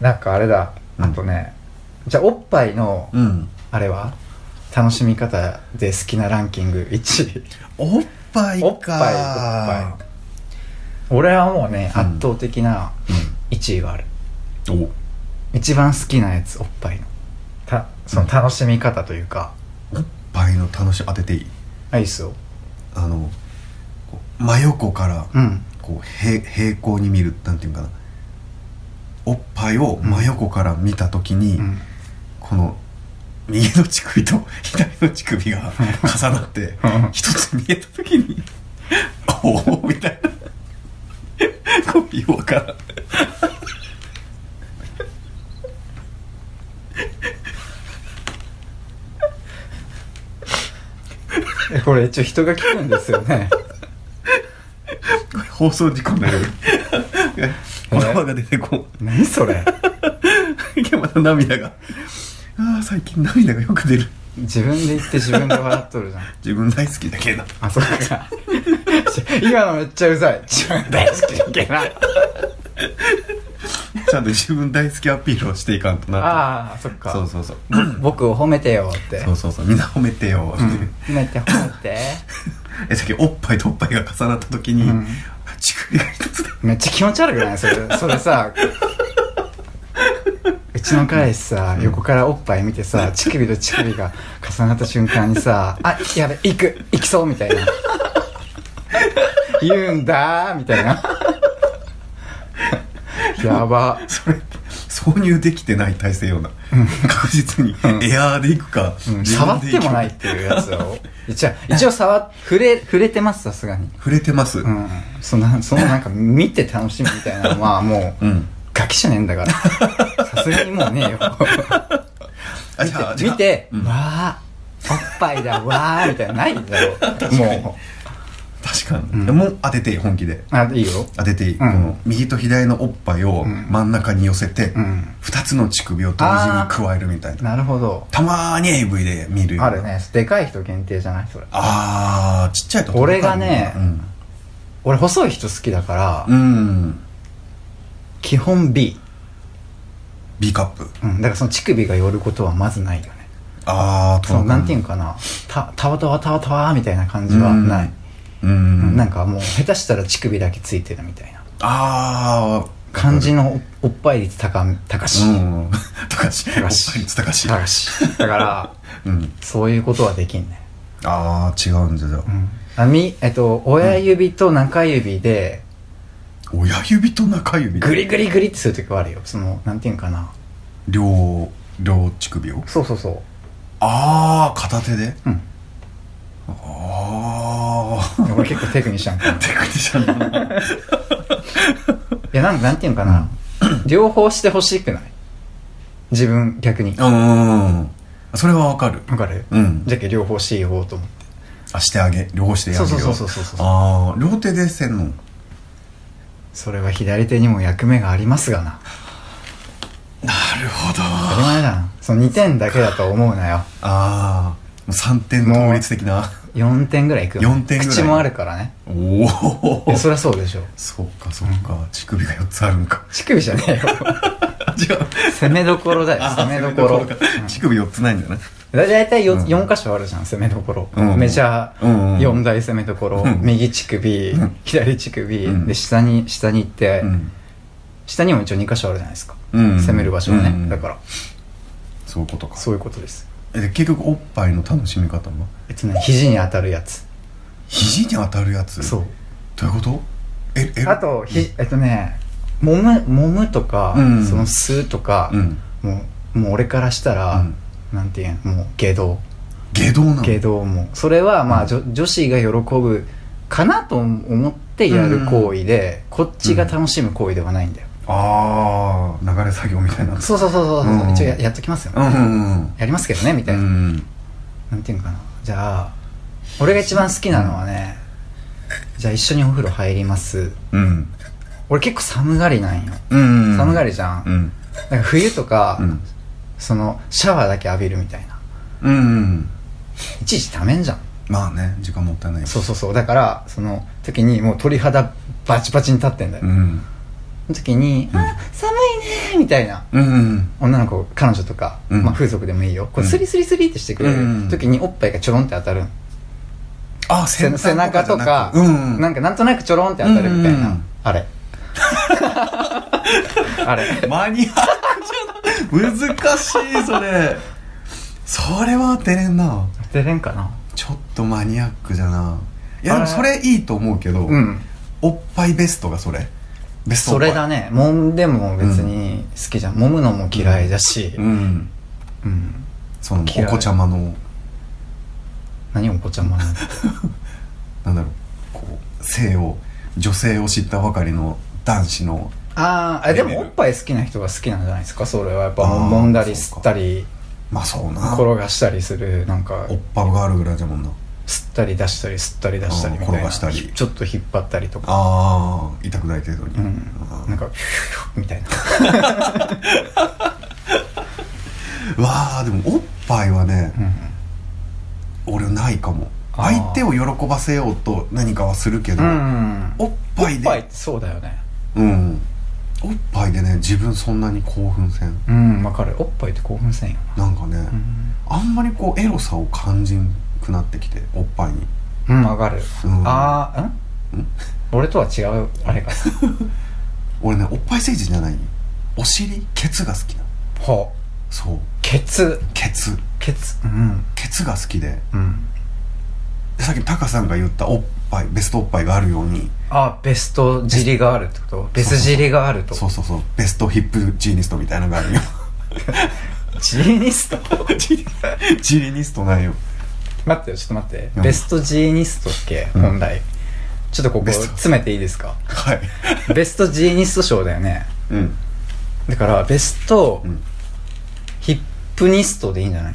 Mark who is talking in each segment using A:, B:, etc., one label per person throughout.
A: なんかあれだ
B: うん
A: あとね、じゃあおっぱいの
B: うん
A: あれは楽しみ方で好きなランキング1位
B: おっぱいか
A: おっぱいおっぱい俺はもうね、
B: うん
A: 圧倒的な1位がある
B: うん
A: 一番好きなやつおっぱいのたその楽しみ方というか、
B: おおっぱいの楽しみ当てていい
A: あいいっすよ
B: あのこう真横から
A: うん
B: こう平平行に見るなんていうんかなおっぱいを真横から見た時に、
A: うん
B: この右の乳首と 左の乳首が重なって
A: うん
B: 一つ見えた時に 「おお」みたいな コピーわからん
A: えこれ一応人が聞くんですよね
B: これ放送事故になる言葉が出て こ
A: 何それ
B: ういやまた涙がああ最近涙がよく出る
A: 自分で言って自分で笑っとるじゃん
B: 自分大好きだけど
A: あそっか 今のめっちゃうざい自分大好きだけどな
B: ちゃんと自分大好きアピールをしていかんとな
A: ああそっか
B: そうそうそう
A: 僕を褒めてよって
B: そうそうそうみんな褒めてよって、
A: 褒めて褒めて
B: えさっきおっぱいとおっぱいが重なった時に、
A: うん
B: 乳首が一つだ
A: めっちゃ気持ち悪くないそれそれさ うちの彼氏さ横からおっぱい見てさ乳首と乳首が重なった瞬間にさ「あやべ行く行きそう」みたいな「言うんだ」みた いなやば
B: それ挿入できてない体勢ような、確実にエアーでいくか、
A: うん
B: 自
A: 触
B: 分
A: っ
B: で
A: て
B: 行く
A: もないっていうやつを一応一応触っ触れ触れてますさすがに
B: 触れてますう、
A: うんんそんなそのなんか見て楽しむみたいなのはも うガキじゃねえんだからさすがにもうねえよ
B: あじゃあ
A: 見て、
B: うん
A: わあおっぱいだわあみたいなないんだよも
B: 確かに、
A: うん
B: もう当てていい本気で
A: うあいいよ
B: 当てていい、
A: ん
B: この右と左のおっぱいを
A: ん
B: 真ん中に寄せて、
A: うん
B: 二つの乳首を同時に加えるみたいな
A: なるほど
B: たまーに AV で見るような
A: あるねでかい人限定じゃないそれ
B: あーちっちゃいとこ
A: 俺がね
B: うん、
A: 俺細い人好きだから、
B: うん、
A: 基本 B、
B: B カップ
A: うん、だからその乳首が寄ることはまずないよね
B: ああ
A: そのなんていうんかなたたわたわたわたわみたいな感じはない、
B: うん、うん
A: なんかもう下手したら乳首だけついてるみたいな
B: ああ
A: 感じのおおっぱい率高め高し
B: うん 高し
A: 高し
B: おっぱい率高し
A: 高しだから
B: うん
A: そういうことはできんね、
B: ああ違うんだじゃあ
A: うん、あみえっと親指と中指で
B: 親指と中指
A: グリグリグリってする時はあるよそのなんていうんかな
B: 両両乳首を
A: そうそうそう
B: ああ片手で
A: うん
B: ああ
A: 俺結構テクニシャン かない
B: テクニシャンだな
A: やなんかなんていうんかな、両方してほしくない自分逆に
B: うんそれはわかる
A: わかる、
B: うん
A: じゃけ両方していこうと思って
B: あしてあげ両方してや
A: そう
B: る
A: そう
B: よ
A: そうそうそうそう
B: ああ両手でせんの
A: それは左手にも役目がありますがな
B: なるほど
A: 当
B: あ
A: たり前だなその2点だけだと思うなよ
B: あーもう3点
A: もう
B: 倒立的な
A: 4点ぐらいいくよ
B: 4点ぐらい
A: 口もあるからね
B: おお
A: いやそりゃそうでしょ
B: そうかそうか、乳首が4つあるんか
A: 乳首じゃねえよ
B: 違う
A: 攻めどころだよ
B: あ
A: 攻めどころ
B: か乳首4つないんだな
A: だ大体
B: うん
A: 4, 4箇所あるじゃん攻めどころ、
B: うん
A: メジャー
B: うんうん
A: 4大攻めどころ、
B: うん
A: 右乳首、
B: うん
A: 左乳首、
B: うん
A: で下に下に行って、
B: うん、
A: 下にも一応2箇所あるじゃないですか、
B: うん
A: 攻める場所はね、
B: うん
A: だから
B: そういうことか
A: そういうことです
B: えで結局おっぱいの楽しみ方は
A: えっとね肘に当たるやつ
B: 肘に当たるやつ
A: そう
B: どういうことええ
A: あとひえっとね揉む揉むとか、
B: うん
A: その吸うとか
B: う、ん
A: もうもう俺からしたら、
B: うん
A: なんていうんもう下道
B: 下道なの
A: 下道もそれはまあ、
B: うん
A: 女女子が喜ぶかなと思ってやる行為で、こっちが楽しむ行為ではないんだよ、
B: ああ流れ作業みたいな
A: そうそうそうそう、
B: うん
A: 一応ややっときますよ、
B: うんうん
A: やりますけどねみ
B: う
A: たいな、
B: んうん
A: なんていうのかなじゃあ俺が一番好きなのはねじゃあ一緒にお風呂入ります
B: うん
A: 俺結構寒がりなんよ、
B: うんうん
A: 寒がりじゃん、
B: うん
A: なんか冬とか、
B: うん
A: そのシャワーだけ浴びるみたいな
B: うんうん
A: いちいちためんじゃん
B: まあね時間もったいない
A: そう
B: う
A: そうそうだからその時にもう鳥肌バチバチに立ってんだよ、
B: うん
A: その時に「あ寒いね」いみたいな
B: うんうん
A: 女の子彼女とか、
B: うん
A: まあ、風俗でもいいよこう
B: うん
A: スリスリスリってしてくれ
B: う
A: る
B: ん
A: 時におっぱいがちょろんって当たるん
B: あ
A: 背
B: 先端
A: 中と
B: じゃな
A: か
B: くうんうん
A: なんかなんとなくちょろんって当たるみたい
B: うんうんう
A: なんあ れあれ
B: マニアックじゃない難しいそれそれは当てれんな
A: 当てれんかな
B: ちょっとマニアックじゃないやでも
A: あれ
B: それいいと思うけど、
A: うん
B: おっぱいベストがそれベストお
A: そ
B: っぱい
A: れだね揉んでも別に好きじゃん揉むのも嫌いだし
B: うん
A: うん
B: その
A: 嫌い
B: お子ちゃまの
A: 何お子ちゃまなの
B: なんだろうこう性を女性を知ったばかりの男子の
A: あーあでもおっぱい好きな人が好きなんじゃないですかそれはやっぱ揉んだり
B: あーそう
A: 吸
B: か
A: ったり
B: まあそうな
A: 転がしたりするなんか
B: おっぱがあるぐらいじゃもんな
A: 吸ったり出したり吸ったり出したりみたいな
B: あー転がしたり
A: ちょっと引っ張ったりとか
B: ああ痛くない程度に、
A: うん
B: あ
A: な
B: ー
A: んかフューみたいな
B: うわあでもおっぱいはね、
A: う
B: 俺ないかも
A: あー
B: 相手を喜ばせようと何かはするけど、
A: んうん
B: おっぱい
A: おっ
B: で
A: ぱいってそうだよね
B: うんおっぱいでね自分そんなに興奮せん
A: うんわかるおっぱいって興奮せんよ
B: なんかね、
A: なうん
B: あんまりこうエロさを感じんくなってきておっぱいに
A: うんわかる
B: うん
A: ああん
B: ん
A: 俺とは違うあ れが
B: 俺ねおっぱい政治じゃないお尻ケツが好きなの
A: ほ
B: そう
A: うケツ
B: ケツ
A: ケツうん
B: ケツが好きで
A: うん
B: でさっきタカさんが言ったおっぱいベストおっぱいがあるように
A: あベスト尻があるってことベス尻があると
B: そうそうそうベストヒップジーニストみたいなのがあ るよ
A: ジーニスト
B: ジーニストないよ
A: 待ってよちょっと待って
B: うん
A: ベストジーニストっけ
B: うん
A: 本来ちょっとここ
B: ベスト
A: 詰めていいです か
B: はい
A: ベストジーニスト賞だよね
B: うん
A: だからベスト
B: うん
A: ヒップニストでいいんじゃない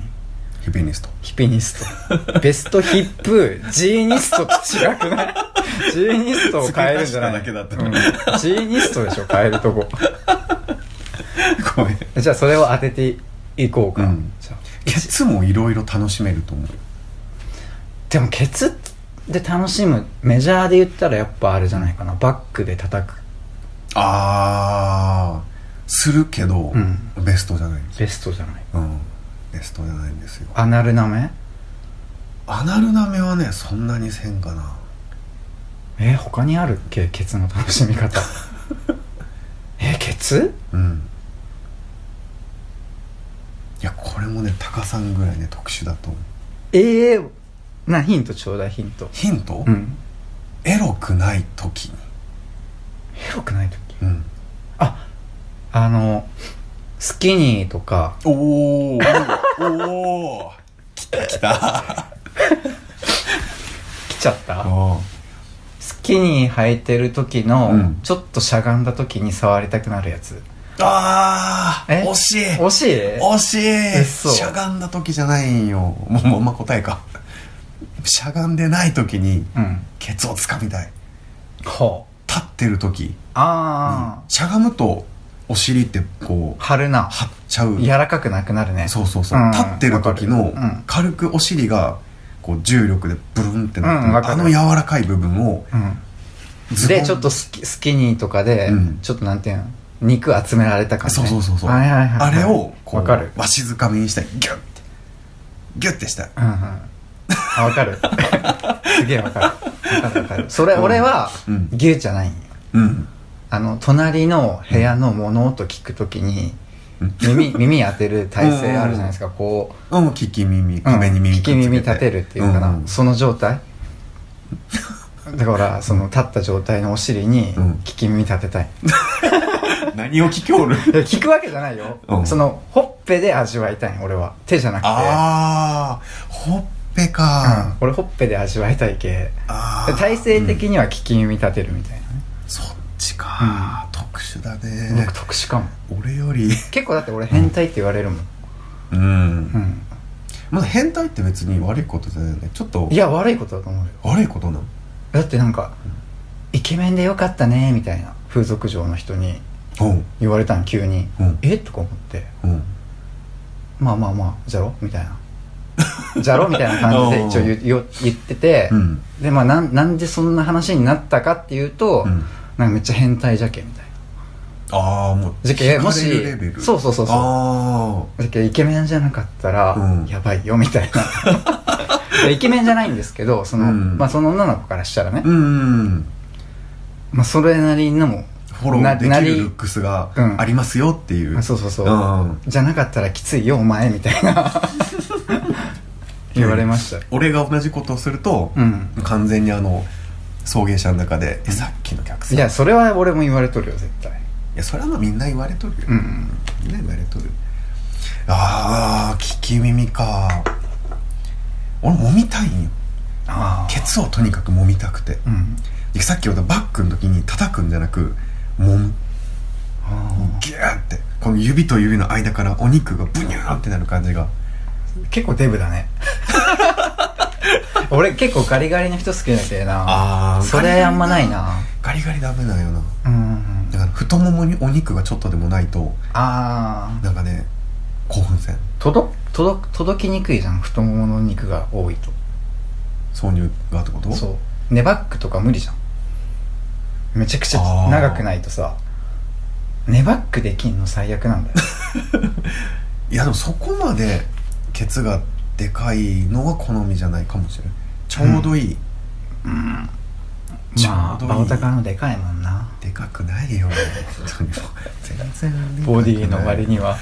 B: ヒッピニスト
A: ヒピニス トベストヒップジーニストと違くないジーニストを変えるんじゃない
B: 付け足しただけだった
A: うんジーニストでしょ変えるとこ
B: ごめん
A: じゃあそれを当てていこうか、
B: うん
A: じゃあ
B: ケツもいろいろ楽しめると思う
A: でもケツで楽しむメジャーで言ったらやっぱあれじゃないかなバックで叩く
B: ああするけど、
A: うん
B: ベストじゃない
A: ベストじゃない
B: うんベストじゃないんですよ
A: アナル舐め
B: アナルナメはねそんなにせんかな
A: えー、他にあるっけケツの楽しみ 方えー、ケツ
B: うんいやこれもねタカさんぐらいね特殊だと思う
A: ええー、なヒントちょうだいヒント
B: ヒント、
A: うん
B: エロくない時に、
A: エロくない時
B: うん、
A: あのスキニーとか
B: おおおおきたきた
A: 来ちゃった
B: お
A: スキニー履いてる時の、
B: うん
A: ちょっとしゃがんだ時に触りたくなるやつ
B: あー
A: え
B: 惜しい
A: 惜しい
B: 惜しい
A: 嘘
B: しゃがんだ時じゃないんよもうまんま答えかしゃがんでない時に
A: うん
B: ケツをつかみたい
A: ほう
B: 立ってる時
A: ああ、
B: しゃがむとお尻ってこう
A: 張るな
B: 張っちゃう
A: 柔らかくなくなるね
B: そうそうそう、
A: うん
B: 立ってる時
A: わ
B: の
A: かるうん
B: 軽くお尻がこう重力でブルンってなって
A: うん
B: る、
A: わか
B: あ
A: る
B: の柔らかい部分を
A: うん、
B: ズボン
A: でちょっとスキスキニーとかで、
B: うん
A: ちょっとなんていうの肉集められた感じ、
B: そうそうそうそう
A: はいはいはい
B: あれをこ
A: わ
B: う
A: かる
B: わしづかみにしたいギュッてギュッてしたい
A: うんうんあわか るすげえわかるわかるわかるそれ、
B: うん
A: 俺は、
B: うん
A: 牛じゃないんよ
B: うん
A: あの隣の部屋の物音聞くときに、
B: うん
A: 耳耳当てる体勢あるじゃないですかこう
B: うん聞き耳
A: うん
B: 壁に耳
A: 聞き耳立てるっていうかな、
B: ん
A: その状 態だからその立った状態のお尻に
B: うん
A: 聞き耳立てたい、
B: 何を聞きおる
A: いや 聞くわけじゃないよ、
B: うん
A: そのほっぺで味わいたい俺は手じゃなくて
B: ああほっぺ
A: うん
B: か、
A: 俺ほっぺで味わいたい系
B: あー
A: 体勢的には聞き耳立てるみたいなね、
B: そっちか、特殊だね
A: 僕特殊かも
B: 俺より
A: 結構だって俺変態って言われるもん、
B: うん、
A: うん
B: まあ変態って別に悪いことじゃないよねちょっと
A: いや悪いことだと思うよ
B: 悪いことなの
A: だってなんか、イケメンでよかったねみたいな風俗嬢の人に
B: うん
A: 言われたの急に、
B: うん
A: えとか思って
B: うん
A: まあまあまあじゃろみたいなじゃろみたいな感じで一応言う言う言ってて、
B: うん
A: でまあなんなんでそんな話になったかっていうと、
B: うん
A: なんかめっちゃ変態じゃけみたい
B: ああもう
A: じゃけもし
B: 惹かれるレベル
A: そうそうそうそう
B: あ
A: だけどイケメンじゃなかったら、
B: うん
A: やばいよみた いなでイケメンじゃないんですけどその,、
B: うん
A: まあ、その女の子からしたらね
B: あ、うん
A: まあ、それなりのも、
B: フォロ
A: な
B: ーで
A: な
B: き
A: り
B: るルックスが
A: うん
B: ありますよっていう、
A: あ、そうそうそう、
B: うん
A: じゃなかったらきついよお前みたいな 言われました
B: 俺が同じことをすると、
A: うん
B: 完全にあの送迎車の中で「えさっきの客さ
A: い
B: んいや
A: やそれは俺も言われとるよ絶対
B: それはまあみんな言われとるよ、
A: うん
B: みんな言われとるああ聞き耳か俺揉みたいんよ
A: あ
B: ケツをとにかく揉みたくて
A: うん
B: でさっき言ったバックの時に叩くんじゃなく揉む
A: あ
B: ギューってこの指と指の間からお肉がブニューってなる感じが
A: ー結構デブ だね俺結構ガリガリの人好きだけどな
B: あー
A: それあんまないな
B: ガリガリダメだよな
A: うん
B: だから太ももにお肉がちょっとでもないと
A: ああ
B: なんかね興奮せん
A: 届届届きにくいじゃん太ももの肉が多いと
B: 挿入がってこと
A: そうネバックとか無理じゃんめちゃくち
B: あ
A: ゃ
B: ー
A: 長くないとさネバックできんの最悪なんだよ
B: いやでもそこまでケツがでかいのは好みじゃないかもしれないちょうどいい、 ちょ
A: まあ
B: うどいい
A: バオタカのでかいもんな
B: でかくないよ本当にもう全然でかくない
A: ボディの割に は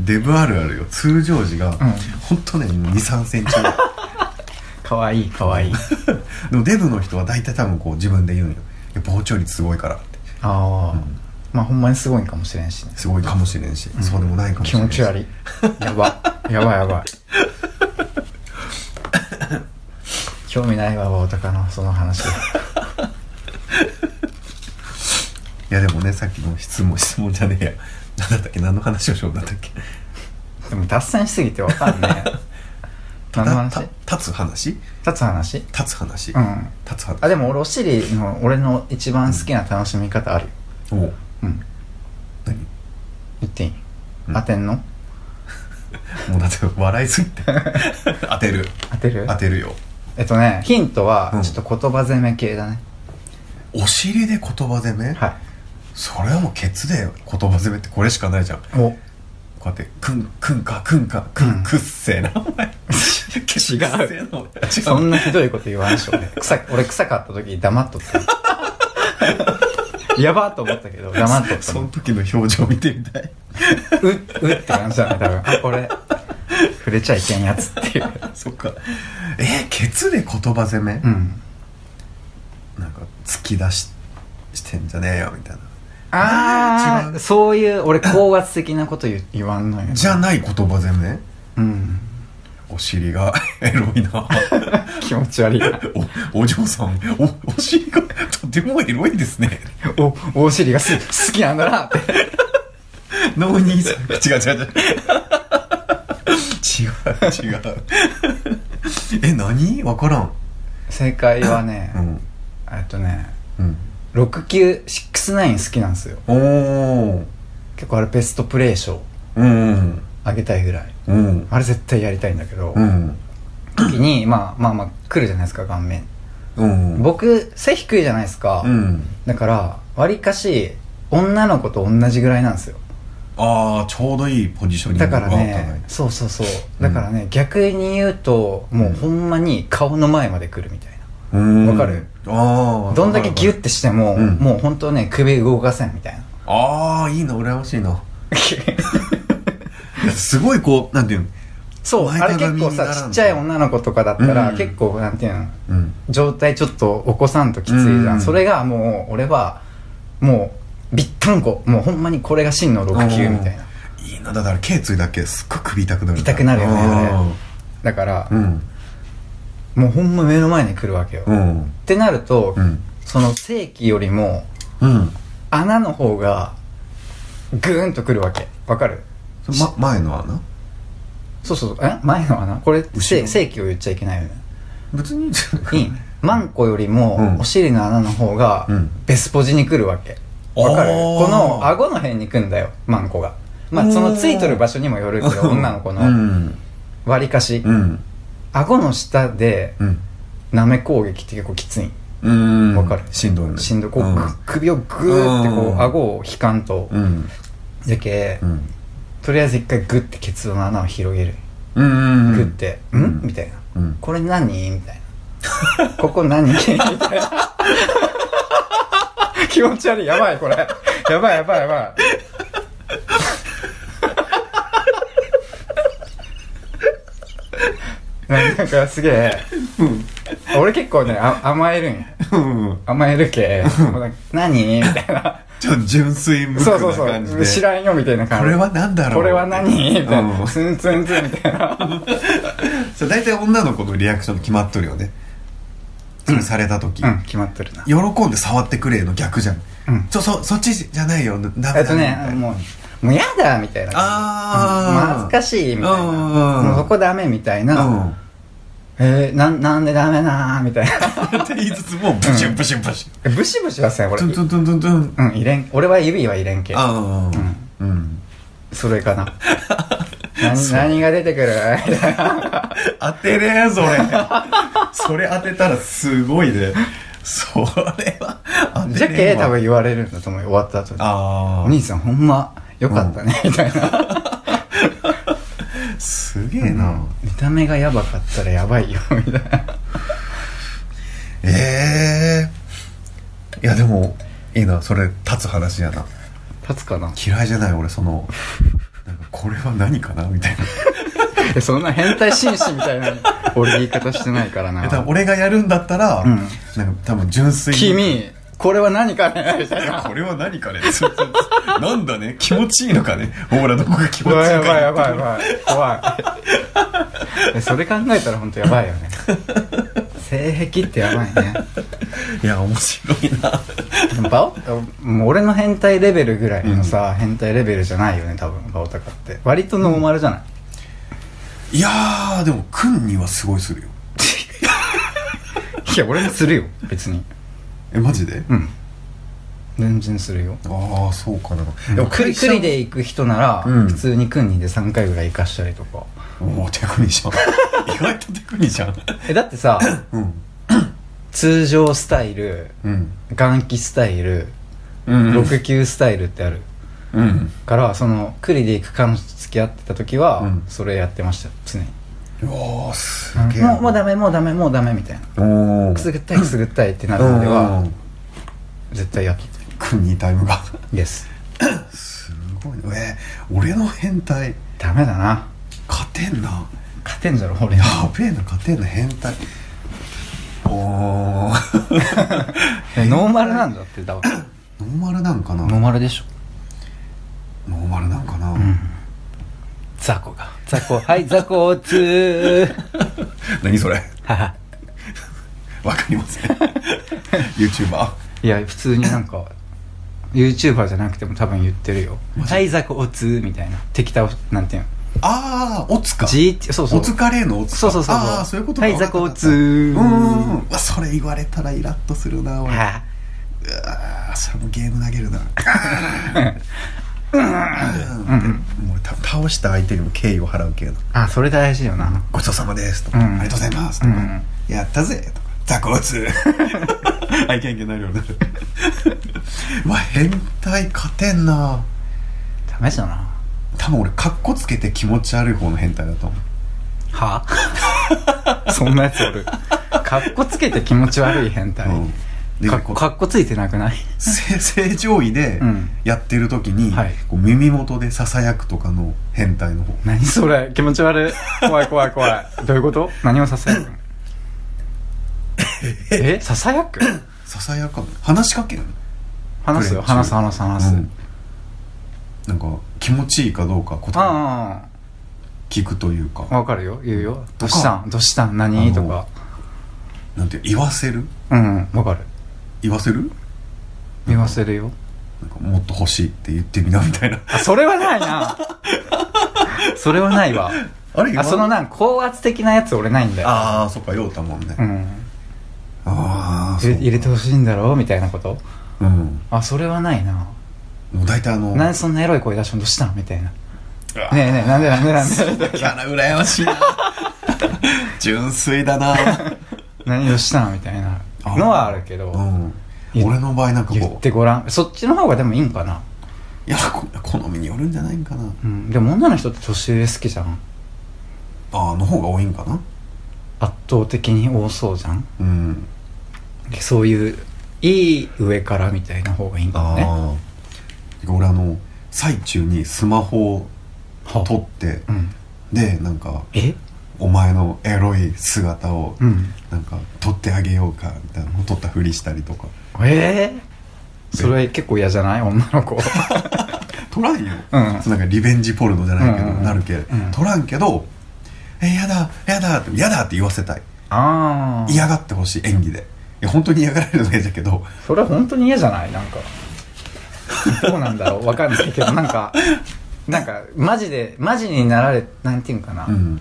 B: デブあるあるよ通常時が、
A: ん
B: ほんとね2 3セ ンチぐらい
A: かわいいかわいい
B: でもデブの人は大体多分こう自分で言うのよいや膨張率すごいからって
A: ああ、
B: ん
A: まあほんまにすごいんかもしれんしね
B: すごいかもしれんし、そうでもないかもし
A: 気
B: れん
A: 持
B: し
A: ち悪いやばやばいや ばい興味ないわバオタカのその話
B: いやでもねさっきの質問質問じゃねえや何だったっけ何の話をしようだったっけ
A: でも脱線しすぎてわかんねえ何の話
B: たた立つ話
A: 立つ話
B: 立つ話、
A: うん
B: 立つ話
A: あでも俺お尻の俺の一番好きな楽しみ方あるよ
B: おう
A: うん
B: 何
A: 言っていい、
B: うん
A: 当てんの
B: もうだって笑いす ぎて当てる
A: 当てる
B: 当てるよ
A: えっとねヒント
B: う
A: は
B: ん
A: ちょっと言葉攻め系だね、
B: お尻で言葉攻め、
A: はい
B: それはもうケツで言葉攻めってこれしかないじゃんこ
A: お
B: うやって「くんくんかくんかく
A: うん
B: んくっせえなお前」くっせえなお前違
A: そん
B: う
A: なひどいこと言わんでしょ 俺臭俺臭かった時黙っとったやばーと思ったけど黙っとっ
B: そ
A: た
B: の
A: の
B: 時の表情見てみたいう
A: うって感じだね多分あこれ触れちゃいけんやつっていう
B: そっかえケツで言葉攻め、
A: うん
B: なんか突き出ししてんじゃねえよみたいな
A: あ
B: 違
A: あ
B: う
A: そういう俺高圧的なこと言言わんのよ
B: じゃない言葉攻め
A: うん
B: お尻が エロいな
A: 気持ち悪いな
B: おお嬢さんおお尻が とてもエロいですね
A: お、お尻がす好きなんだなって。
B: のお兄さん違う違う違う違う違うえ何わからん
A: 正解はね
B: う、ん
A: えっとね、
B: うん
A: 6969好きなんですよ。
B: おー
A: 結構あれベストプレー賞
B: うん
A: あげたいぐらい。
B: うん
A: あれ絶対やりたいんだけど、
B: うん
A: 時に、まあまあまあ来るじゃないですか、顔面。
B: うん
A: 僕、背低いじゃないですか。
B: うん
A: だから、わりかし、女の子と同じぐらいなんですよ。
B: ああちょうどいいポジショニング
A: だから
B: わった
A: ね
B: ね、
A: そうそうそう。
B: うん
A: だからね、逆に言うと、もうほんまに顔の前まで来るみたいな。
B: うん
A: わかる
B: ああ
A: どんだけギュッてしても、
B: うん
A: もう本当ね、首動かせんみ たいな。
B: ああいいな羨ましいなすごいこうなんていうの
A: そう
B: 前
A: あれ
B: かが
A: 結
B: み
A: 構
B: にならん
A: さちっちゃい女の子とかだったら、
B: うん
A: 結構なんていうの
B: うん
A: 状態ちょっとお子さんときついじゃん、
B: うん
A: それがもう俺はもうびったんこもうほんまにこれが真の6級みたいな
B: うんいいなだから頸椎だけすっごい首痛くなる
A: 痛くなるよねあ
B: ね
A: だから
B: う、ん
A: もうほんま目の前に来るわけよ、
B: う
A: っ
B: ん
A: てなると、
B: うん
A: その正規よりも
B: うん
A: 穴の方がグーンと来るわけわかる
B: そのま前の穴
A: そうそうそうえ前の穴これ
B: ろ
A: 正正規を言っちゃいけないよね
B: 別にいいんじゃないか
A: にマンコより
B: う
A: も
B: ん
A: お尻の穴の方が
B: うん
A: ベスポジに来るわけわかる
B: あー
A: この顎の辺に来んだよマンコがまあそのついとる場所にもよるけど女の子
B: う
A: の
B: ん
A: 割りかし
B: うん
A: 顎の下で
B: うん
A: 舐め攻撃って結構きついん
B: うん
A: わかる
B: しんどいね
A: しんどいこう、
B: うん
A: ぐ首をグーってこう、
B: うん
A: 顎を引かんと、
B: うん
A: やけ、
B: うん
A: とりあえず一回グッてケツの穴を広げる、
B: うん
A: グッて「ん?」みたいな
B: うん
A: 「これ何?」みたいな「ここ何?」みたいな気持ち悪いやばいこれやばいやばいやばいなんかすげえ、俺結構ねあ甘えるんよ
B: うん
A: 甘えるけもうなんか何みたいな
B: ちょっと純粋無垢
A: そうそう
B: な
A: そ
B: 感じで
A: う知らんよみたいな感
B: こ
A: じ
B: れは何だろう
A: これは何みたいな、
B: うん
A: ツンツンツンみたいな
B: そう大体女の子のリアクション決まっとるよねそれされた時、
A: うん決まってるな
B: 喜んで触ってくれの逆じゃん、
A: うん
B: ちょそそっちじゃないよなダ
A: え
B: メ
A: っと
B: だ
A: ね
B: みたいな
A: もうもうやだみたいな
B: あ
A: うん
B: ー
A: 恥ずかしいみたいな
B: うんうんうん
A: もうそこダメみたいな、
B: うん
A: えー、なんなんでダメなーみたいな
B: って言いつつもブシュンブシュンブシュン、
A: ブシブシはせん俺
B: トゥントゥ
A: う
B: ントゥントゥントゥン
A: ん入れん俺は指は入れんけ
B: ああうん
A: それか な何何が出てくるみたいな
B: 当てれんそれ それ当てたらすごいねそれは当
A: じゃ
B: てれ
A: け
B: んわ
A: 多分言われるんだと思うよ終わった後に
B: あ
A: お兄さんほんまよかったね、みたいな
B: あすげえな、
A: 見た目がやばかったらやばいよみたいな
B: ええいやでもいいなそれ立つ話やな
A: 立つかな
B: 嫌いじゃない俺そのなんかこれは何かな みたいな
A: えそんな変態紳士みたいな俺言い方してないから
B: え多分
A: な
B: 俺がやるんだったら、
A: うん
B: なんか多分純粋に
A: 君これは何かねみたいな
B: これは何かね そうそうそうなんだね気持ちいいのかねほらどこが気持ちいい
A: や
B: か
A: ばい
B: ね
A: やばいやばいやばい怖いえそれ考えたら本当やばいよね性癖ってやばいね
B: いや面白いな
A: でもバオもう俺の変態レベルぐらいのさ、変態レベルじゃないよね多分バオタカって割とノーマルじゃない、
B: いやーでもくんにはすごいするよ
A: いや俺もするよ別に
B: えマジで、
A: うん全然するよ
B: ああそうかな、
A: でもクリクリで行く人なら、
B: うん
A: 普通にクンニで3回ぐらい行かしたりとか
B: もうテクニじ ゃん意外とテクニじゃん
A: えだってさ
B: うん
A: 通常スタイル
B: うん
A: 元気スタイル
B: うん
A: 6級スタイルってある、
B: うん
A: からそのクリで行く彼女と付き合ってた時は、
B: うん
A: それやってましたよ常に、
B: うわーすげえ
A: もうもうダメもうダメもうダメみたいな
B: おお
A: くすぐったいくすぐったいってなるまでは絶対やってた
B: くんにタイムが
A: イエス
B: すごいねえー俺の変態
A: ダメだな
B: 勝てんな
A: 勝てんじゃろ俺
B: やべえな勝てんな変態 おー
A: えノーマルなんだって多分
B: ノーマルなんかな
A: ノー
B: ノ
A: マルでしょ
B: ーマルなんかな、
A: 雑魚が雑魚はい雑魚をつー
B: 何それ
A: はは
B: わかりません YouTuber
A: いや普通になんか YouTuber じゃなくても多分言ってるよ「はいザコおつ」みたいな敵倒しなんていう
B: ああおつか
A: のじーってそうそう
B: おつかれーのおつか
A: そうそうそう
B: ああそういうことか
A: はいザコおつ
B: う
A: ー
B: ーんうわそれ言われたらイラッとするな俺
A: は
B: あーそれもゲーム投げ るなうんもうた倒した相手にも敬意を払うけど
A: あそれ大事よな
B: ごちそうさまですとか、
A: うん
B: ありがとうございますとか、
A: うん
B: やったぜとか雑魚打つ あいけんいけんなるようになる うわ変態勝てんな
A: ダメじゃな
B: 多分俺カッコつけて気持ち悪い方の変態だと思う
A: は そんなやつおるかっこつけて気持ち悪い変態、
B: うんで
A: かっ
B: こ
A: こ
B: う
A: かっこついてなくない
B: せ 正常位で
A: うん
B: やってる時に、
A: はい
B: こう耳元でささやくとかの変態の方
A: 何それ気持ち悪い怖い怖い怖いどういうこと何をささやくの えささやく
B: ささやかない話しかける
A: 話すよ
B: プレイ中
A: 話す話す話す、
B: うんなんか気持ちいいかどうか答えを
A: あ
B: 聞くというか
A: あわかるよ言うよ「ど
B: とか
A: うしたんどうしたん
B: あ
A: 何?」
B: の
A: とか
B: なんていう言わせる
A: うんわかる
B: 言わせる
A: 言わせるよ
B: なんかもっと欲しいって言ってみなみたいな
A: あそれはないな それはないわ
B: あれ言わ
A: あそのなん高圧的なやつ俺ないんだよ
B: ああそっか酔うたもんね、
A: うん
B: ああ
A: 入れ入れてほしいんだろうみたいなこと
B: うん
A: あそれはないな
B: もう大体あの
A: なんでそんなエロい声出したのどうしたんみたいなね
B: うわ
A: え ねえなんでなんでなんでみたいな
B: キャラ羨ましいな 純粋だな
A: 何をしたみたいな
B: あ
A: のはあるけど、
B: うん
A: 言
B: 俺の場合なんか
A: 言
B: こ
A: っ
B: う
A: てごらんそっちの方がでもいいんかな、
B: いやこ好みによるんじゃないんかな
A: うん、でも女の人って年上好きじゃん
B: ああの方が多いんかな
A: 圧倒的に多そうじゃん
B: うん
A: でそういういい上からみたいな方がいいんだ
B: ああ、
A: よね
B: てか俺あの最中にスマホを
A: は
B: 撮って
A: うん
B: でなんか
A: え
B: お前のエロい姿を
A: うん
B: なんか撮ってあげようかみたいなのを撮ったふりしたりとか
A: ええそれ結構嫌じゃない女の子
B: 撮らんよ、
A: うん
B: なんかリベンジポルノじゃないけど、
A: うんうんうん
B: なるけ、
A: ん
B: 撮らんけど「えやだやだ」って「やだ」って言わせたい
A: ああ
B: 嫌がってほしい演技でいや本当に嫌がられるのが嫌だけど
A: それは本当に嫌じゃないなんかどうなんだろうわかんないけどなんかなんかマジでマジになられなんていうんかな、
B: うん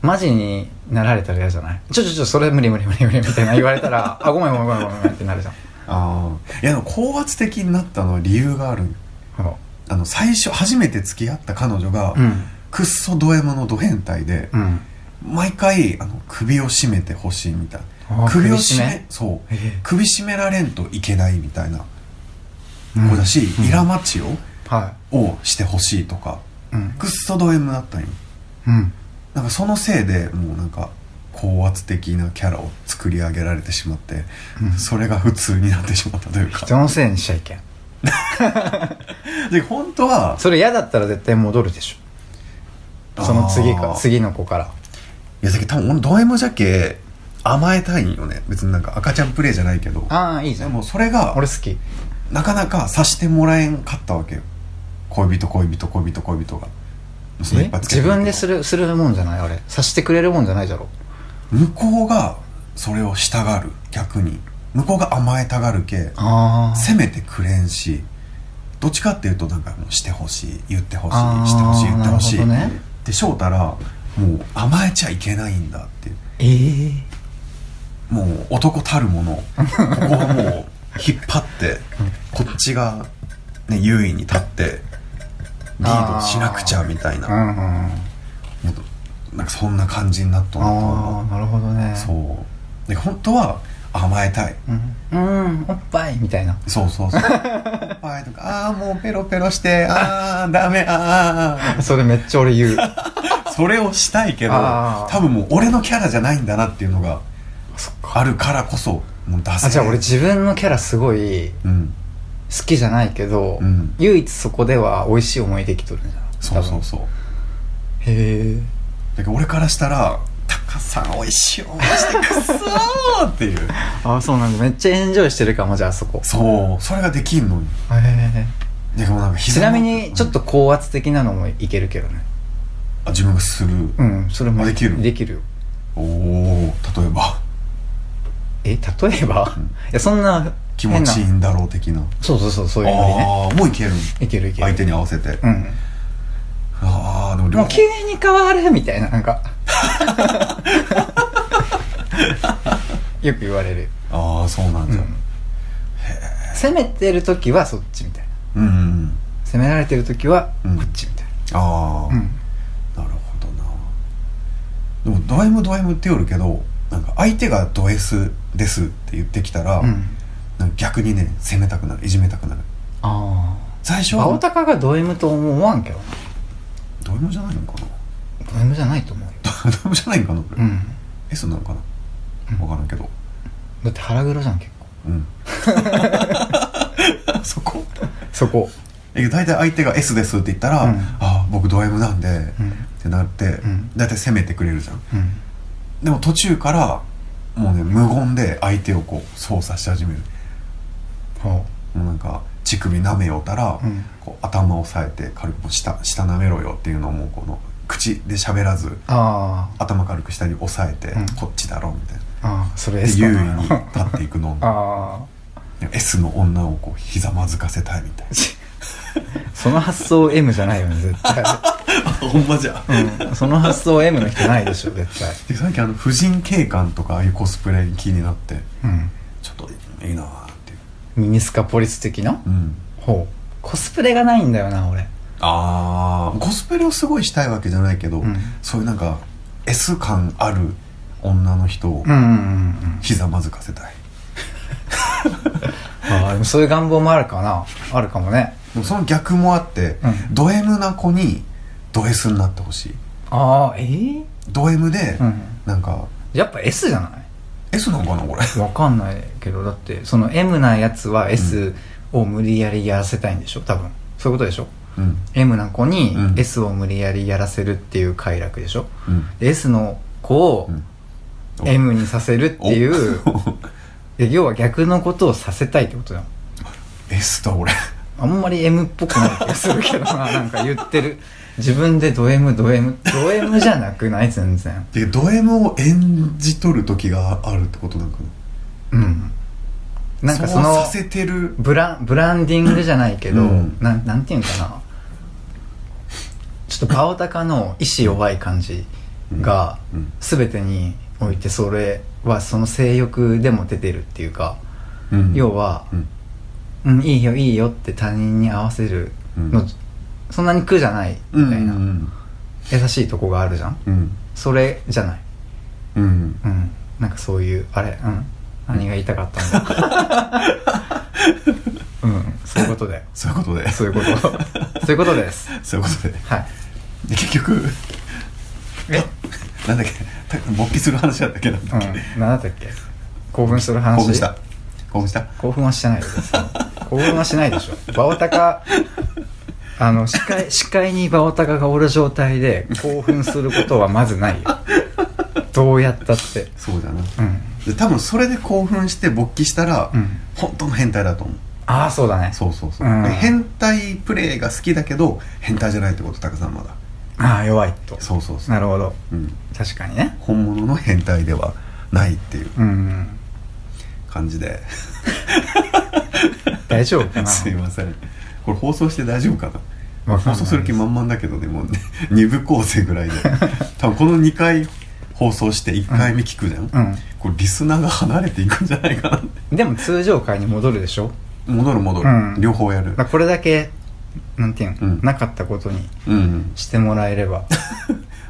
A: マジになられたら嫌じゃないちょちょちょそれ無理無理無理無理みたいな言われた らあごめんごめんごめんごめんってなるじゃん
B: ああいやでも高圧的になったのは理由があるんよ
A: そ
B: あの最初初めて付き合った彼女が、
A: ううん
B: くっそド M のド変態で、
A: うん
B: 毎回あの首を絞めてほしいみたい
A: あ
B: な
A: ー
B: 首
A: 首
B: を
A: 絞
B: 絞
A: め
B: めそう
A: ええ
B: 首絞められんといけないみたいな
A: うん
B: 子だし、イラマチオ
A: は
B: をしてほしいとか
A: いうん
B: くっそド M だったんよ
A: うん
B: なんかそのせいでもうなんか高圧的なキャラを作り上げられてしまって、
A: うん
B: それが普通になってしまったというか
A: 人のせいにしちゃいけん
B: で本当は
A: それ嫌だったら絶対戻るでしょその次か
B: あー
A: 次の子から
B: いやだけど多分俺ド M じゃけ甘えたいんよね別になんか赤ちゃんプレイじゃないけど
A: ああいいじ
B: で
A: ゃん
B: もそれが
A: 俺好き
B: なかなかさしてもらえんかったわけよ恋人恋人恋人恋人がその
A: え
B: 一発
A: 自分です
B: る
A: るするもんじゃないあれさしてくれるもんじゃないじゃろ
B: 向こうがそれをしたがる逆に向こうが甘えたがるけ
A: あ
B: 責めてくれんしどっちかっていうとなんかもうしてほしい言ってほしい
A: あー
B: してほしい言ってほし
A: な
B: い、
A: るほどね
B: で翔太らもう甘えちゃいけないんだっていう
A: ええ
B: もう男たるものここはもう引っ張ってこっちが、ね、優位に立ってリードしなくちゃみたいな
A: う
B: も
A: んうん
B: うなんかそんな感じになっとん
A: あ
B: の
A: あなるほどね
B: そうで本当は甘えたい
A: うん、うん、おっぱいみたい な
B: そうそうそうおっぱいとかああもうペロペロしてああダメああ
A: それめっちゃ俺 言う
B: それをしたいけど
A: あー
B: 多分もう俺のキャラじゃないんだなっていうのが
A: そっ
B: あるからこそもう出せ
A: あじゃあ俺自分のキャラすごい
B: うん
A: 好きじゃないけど、
B: うん
A: 唯一そこでは美味しい思いできとるんじゃん
B: そうそ
A: 多
B: うそう
A: 分へえ
B: だけど俺からしたら「タカさんおいしいおいしてくっそー」っていう
A: あそうなんだめっちゃエンジョイしてるかもじゃあそこ
B: そうそれができんのに
A: へえ
B: でもなんか
A: ち
B: 膝
A: な
B: の
A: みにちょっと高圧的なのもいけるけどね
B: あ自分がする、
A: うんそれも
B: あできる
A: できるよ
B: おお例えば
A: え例えば、
B: うん
A: いやそんな
B: 気持ちい い
A: 変なん
B: だろう的な
A: そうそうそうそういうのにね
B: ああもういけるん
A: いけるいける
B: 相手に合わせて、
A: うん
B: ああでも
A: も
B: 両
A: う
B: 方
A: 急に変わるみたいななんかよく言われる、
B: ああそうなん
A: う
B: じゃ
A: ん、攻めてる時はそっちみたいな
B: うん、うん、
A: 攻められてる時は
B: うん
A: こっちみたい
B: ああ、
A: な、
B: なるほどなでもド M ド M って言うけどなんか相手がド S ですって言ってきたら、
A: うんうん
B: なんか逆にね責めたくなるいじめたくなる
A: あ
B: 最初
A: あ
B: は
A: 青鷹がド M と思わんけどな
B: ド M じゃないのかな
A: ド M じゃないと思うよ
B: ド M じゃないんかなこれ、
A: うん
B: S なのかな
A: うん
B: 分からんけど
A: だって腹黒じゃん結構
B: うん そこ
A: そこ
B: え大体相手が S ですって言ったら、
A: うん
B: ああ僕ド M なんで、
A: うん
B: ってなって、
A: ん
B: 大体責めてくれるじゃん
A: うん
B: でも途中からもうね無言で相手をこう操作し始める
A: ほ
B: もうなんか乳首舐めよったら、
A: うん
B: こう頭を押さえて軽く下下舐めろよっていうのをもうこの口で喋らず
A: うああ
B: 頭軽く下に押さえて、
A: うん
B: こっちだろみたいな
A: ああそれ
B: で
A: S
B: 優
A: だ
B: 位
A: な
B: に立っていくの
A: あ
B: S の女をこうひざまずかせたいみたい
A: あその発想 M じゃないよね絶 対、
B: な ほんまじゃ
A: うん、その発想 M の人ないでしょ絶対
B: で最近あの婦人警官とかああいうコスプレに気になって
A: うん
B: ちょっといいなーっていう
A: ミニスカポリス的な
B: うん
A: ほうコスプレがないんだよな俺
B: ああコスプレをすごいしたいわけじゃないけど、
A: うん
B: そういうなんか S 感ある女の人を
A: うんうんうん
B: ひざまずかせたい、
A: ああでもそういう願望もあるかなあるかもね
B: でもその逆もあって、
A: うん
B: ド M な子にド S になってほしい
A: ああえー、
B: ド M で、
A: うん
B: なんか
A: やっぱ S じゃない
B: S なのかなこれ
A: わかんないけどだってその M なやつは S を無理やりやらせたいんでしょ多分そういうことでしょ
B: うん、
A: M な子に
B: うん
A: S を無理やりやらせるっていう快楽でしょ、
B: うん
A: で S の子を
B: うんお
A: M にさせるっていう
B: お
A: で要は逆のことをさせたいってことだよ
B: S だ俺
A: あんまり M っぽくない気がするけど ななんか言ってる自分でド M ド M ド M じゃなくない全然
B: でド M を演じ取る時があるってことなんか
A: うんなんかその
B: うさせてる
A: ブラブランディングじゃないけど、
B: うん
A: なんなんていうのかなちょっとバオタカの意志弱い感じが
B: うんうん
A: 全てにおいてそれはその性欲でも出てるっていうか、要は、
B: うん
A: うんいいよいいよって他人に合わせるの、
B: うん
A: そんなに苦じゃないみたいな、
B: うん
A: 優しいとこがあるじゃん
B: うん
A: それじゃない
B: うん、うん
A: うんなんかそういうあれうん何が言いたかったんだ うんそういうことだよ
B: そういうことで
A: そういうことそういうことです
B: そういうことで
A: はい
B: で結局
A: え
B: なんだっけた勃起する話だったっけなんだ
A: う
B: っけ、
A: ん何だったっけ興奮する話
B: 興奮した興奮した
A: 興奮はしてないです興奮はしないでしょバオタカあの視界視界にバオタカがおる状態で興奮することはまずないよどうやったって
B: そうだな、
A: うん
B: で多分それで興奮して勃起したら、
A: うん
B: 本当の変態だと思う
A: ああそうだね
B: そうそうそう、
A: うん
B: で変態プレイが好きだけど変態じゃないってことたくさんまだ
A: ああ弱いと
B: そうそうそう
A: なるほど
B: うん、
A: 確かにね
B: 本物の変態ではないっていう
A: うん
B: 感じで、
A: 大丈夫かな
B: すいませんこれ放送して大丈夫かな
A: わかんない
B: 放送する気満々だけどねもうね2 部構成ぐら いで多分この2回放送して1回目聞くじゃん、
A: うん
B: これリスナーが離れていくんじゃないかなって
A: でも通常回に戻るでしょ
B: 戻る戻る、
A: うん
B: 両方やる
A: まあこれだけなんていうの、
B: うん
A: なかったことに
B: うんうん
A: してもらえれば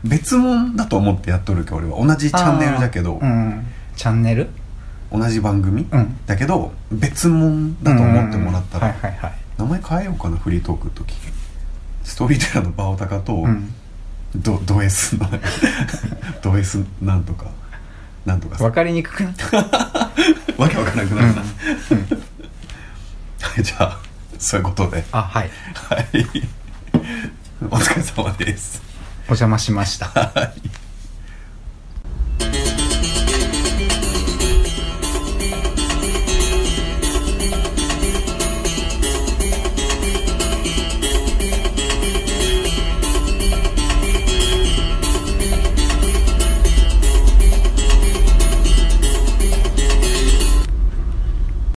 B: 別物だと思ってやっとるけど俺は同 じチャンネルだけど、
A: あーうんチャンネル
B: 同じ番組、
A: うん
B: だけど別物だと思ってもらったら、
A: うんはいはいはい
B: 名前変えようかなフリートークの時ストーリーテラーのバオタカと、
A: うん
B: ドド S のド S なんとかなんとかさ
A: 分かりにくくなった
B: わけわからなくなるな、はいじゃあそういうことで
A: あはい
B: はいお疲れ様です
A: お邪魔しました
B: はい